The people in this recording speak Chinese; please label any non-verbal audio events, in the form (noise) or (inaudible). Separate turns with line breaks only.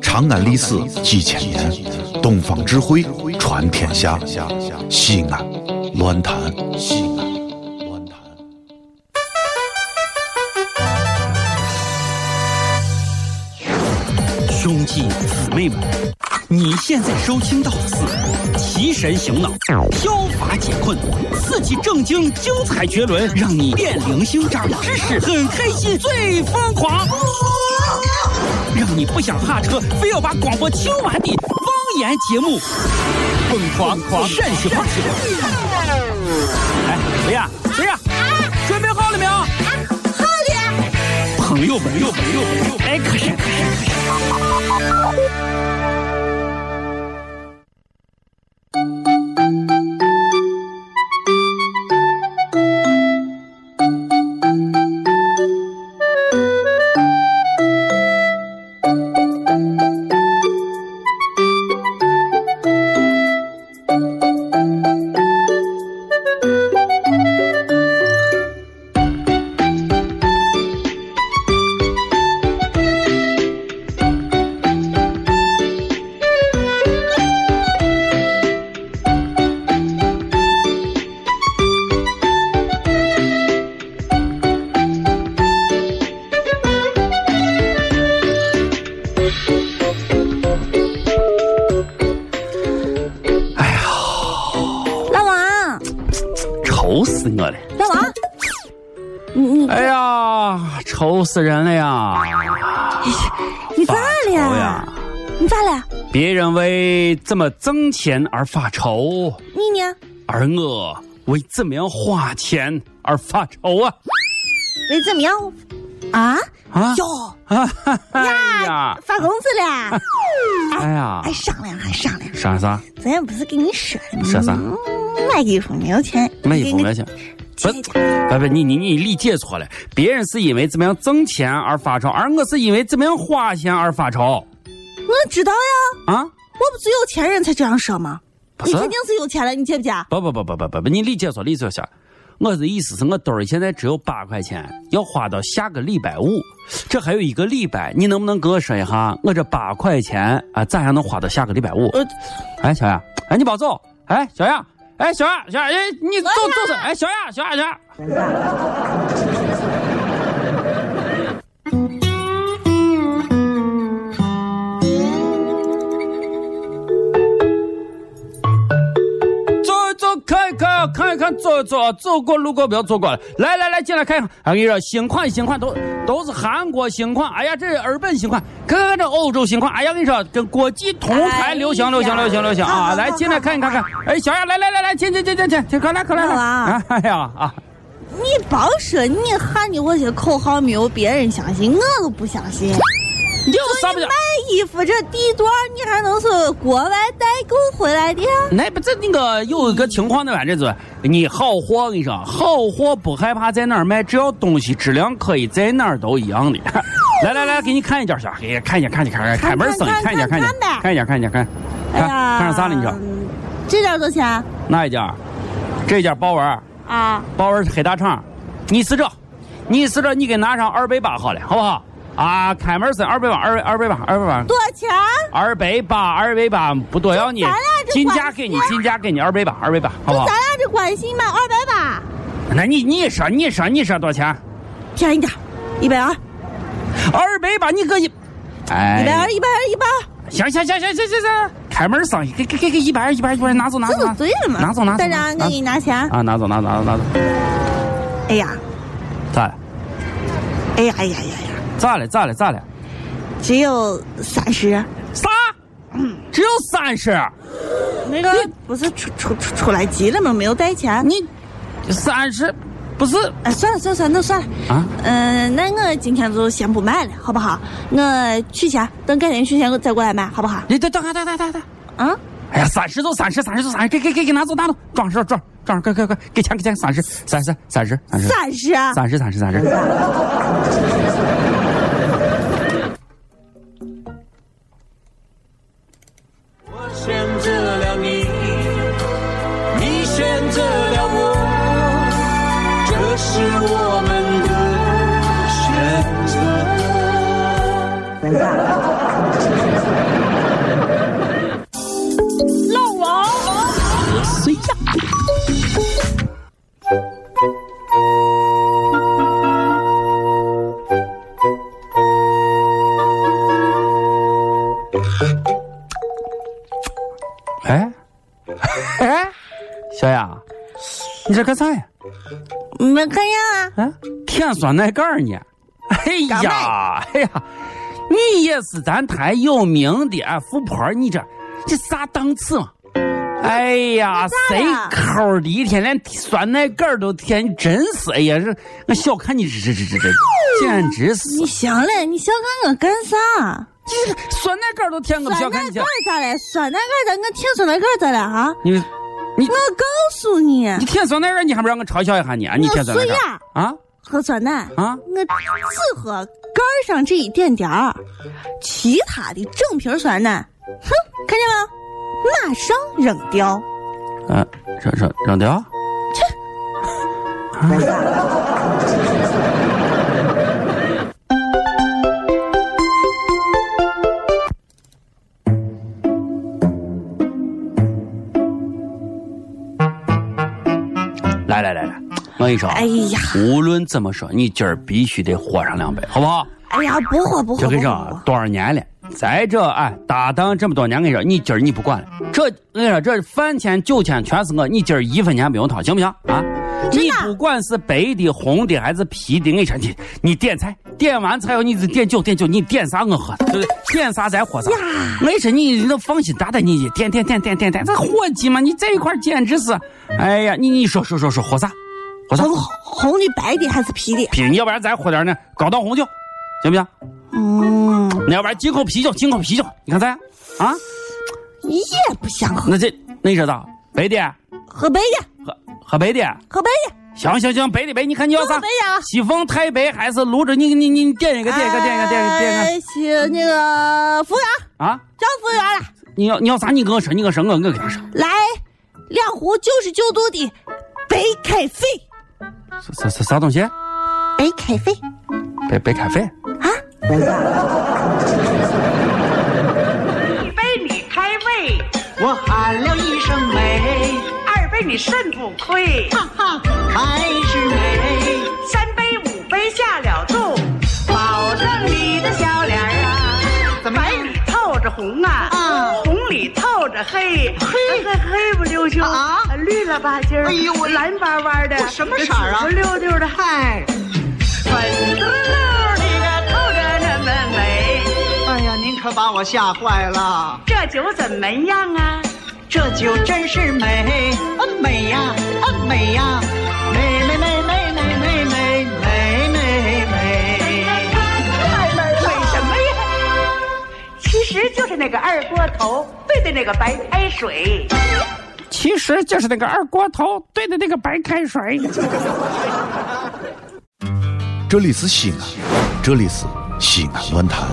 长安历史几千年，东方智慧传天下。西安，乱谈西安。乱谈。
兄弟姊妹们，你现在收听到的是提神醒脑、消乏解困、刺激正经、精彩绝伦，让你变零星长知识，很开心，最疯狂，让你不想下车，非要把广播听完的方言节目，疯狂狂陕西话。哎，谁呀？谁呀？准备啊好了没有？朋友们，友们，友们，友们，哎，可是可是可是。
老王，
愁死我了！
老王，你你
哎呀，愁死人了呀！
你咋了
发愁
呀
呀？
啊你咋了？
别人为怎么挣钱而发愁，
你呢？
而我为怎么样花钱而发愁啊！
为怎么样？啊？
啊
哟，
啊哈哈哎呀，
发工资了！
哎呀
还，商量，还商量。
啥啥
昨天不是跟你说了吗？
说啥
嗯？买衣服没有钱，
卖衣服
给
没
你
钱？不，不不，你你你理解错了。别人是因为怎么样挣钱而发愁，而我是因为怎么样花钱而发愁
我知道呀，
啊！
我不是有钱人才这样说吗？
不
你
是啊
肯定是有钱了，你介不介？啊
不不不不不不不，你理解错理解错。我的意思是我兜儿里现在只有八块钱，要花到下个礼拜五，这还有一个礼拜，你能不能给我说一下，我这八块钱啊咋样能花到下个礼拜五？
呃，
哎，小雅，哎，你别走，哎，小雅，哎，小雅，小雅，哎，你走走走，哎，小雅，小雅，小雅，走一走，看一看，看一看，走一走，走过路过不要错过了。来来来，进来看一看。我跟你说，新款新款都都是韩国新款，哎呀，这是日本新款，看看看这欧洲新款，哎呀，跟你说，跟国际同台流行流行流行流行啊！来，进来看一看看。哎，小雅，来来来来，进进进进进，进，快来快来。哎呀啊！
你甭说你喊你我些口号没有别人相信，我都不相信。
你有啥不
你
讲
卖？衣服这地段，你还能是国外代购回来的？
那不是那个有一个情况的吧？这就是你好货，我跟你说，好货不害怕在哪儿卖，只要东西质量可以，在哪儿都一样的。来来来，给你看一件啥？哎呀，看一件，看一件，看一件，开门生意，看一件，看一件，看一件，看一件，看，看看上啥了？你说
嗯哎这件多少钱
哪一件？这件豹纹，
啊？
豹纹黑大肠，你试着，你试着，你给拿上二百八好了，好不好？啊，开门生二百八，二二百八，二百八，
多少钱？啊
二百八，二百八不多要你
咱俩，这
进
关
价给你，进价给你二百八，二百八，好不
就咱
好？
俩这关系嘛，二百八，
那你你说你说你说多少钱？
便宜点，一百二，
二百吧，你个一，
一百
哎
二，，一百二，一百二，
行行行行行行行，开门生意，给给给给一百二一百二一百二，拿走拿
这
走
就对了嘛。
拿走拿走，
站长，我
拿
给你拿钱。
啊，拿走拿走拿走拿走，
哎呀，
咋了？
哎呀，哎呀呀呀，
咋了？咋了？咋了？
只有三十。
啥？只有三十？
那个不是出出出出来急了吗？没有带钱。
你三十不是
哎，算了算了算了，那算了。
啊？
嗯，那我今天就先不卖了，好不好？我取钱，等改天取钱再过来买，好不好？
你等等等等等等，
啊，
哎呀，三十就三十，三十就三十，给给给给拿走拿走，装饰装装，快快快，给钱给钱，三十三十三十三十
三十啊，
三十三十三十。
我选择了你，你选择了我，这是我们的选择。
上。 (laughs)
哎，哎，小雅，你这干啥呀？
没看样啊？
啊，舔酸奶盖儿呢？哎
干
呀，哎呀，你也是咱台有名的啊富婆，你这这啥档次嘛？哎呀，
干
谁
啥呀
抠儿的一天连酸奶盖儿都舔，你真是哎呀，这我小看你这这这这这，简直是
你行了，你小看我干啥？
这个酸奶盖儿都舔，我不小
酸奶
看你这，
盖咋了？酸奶盖咋？我舔酸奶盖咋了哈？
你你
我告诉你，
你舔酸奶盖儿，你还不让我嘲笑一下你啊？你舔酸奶盖儿
我是呀
啊？
喝酸奶
啊
我只喝盖儿上这一点点儿，其他的整瓶酸奶，哼，看见没有？马上扔掉。
嗯，扔扔扔掉。啊来来来来，我跟你说啊，
哎呀
无论怎么说，你今儿必须得喝上两杯，好不好？
哎呀，不喝不喝
就跟
不喝
你说
不喝
啊，，多少年了，在这哎搭档这么多年，跟你说，你今儿你不管了，这我跟你说，这饭钱酒钱全是我，你今儿一分钱不用掏，行不行啊？
真
你
的
不管是白的、红的还是啤的，我跟你说，你你点菜，点完菜后你就点酒，点酒你点啥我喝，对不对？点啥咱喝啥。我跟你说，你那放心大胆，你点点点点点点，这伙计嘛，你这一块儿简直是，哎呀，你你说说说说喝啥，喝啥？
红红的、白的还是啤的？
啤的，要不然咱喝点那高档红酒，行不行？
嗯，
你要不然进口啤酒，进口啤酒，你看咋样？啊，
也不想喝，
那这那你知道白的
喝白的，
喝喝白的，
喝白的。
行行行，白的白，你看你要
喝
啥
白？的啊！
西凤太白还是泸州？你你你点一个点一个点一个点一个点一个
哎行，那个服务员，
啊！
叫服务员了，
你要你要啥？你跟我说，你跟我说，我我跟他说，
来两壶九十九度的白开水，
啥啥啥东西？
白开水。
白白开水。
一杯你开胃，我喊了一声美；二杯你肾不亏，哈哈，还是美；三杯五杯下了肚，保证你的小脸儿啊，白里透着红啊，红里透着黑，黑黑黑不溜秋啊，绿了吧唧儿，哎呦，蓝巴巴的，什么色儿啊？溜溜的，嗨。粉嘟嘟的，透着那么美。
哎呀，您可把我吓坏了！
这酒怎么样啊？
这酒真是美，啊美呀，啊美呀，美美美美美美美美美美。
太美了！美什么呀？其实就是那个二锅头兑的那个白开水。
其实就是那个二锅头兑的那个白开水。
这里是西安，这里是西安论坛。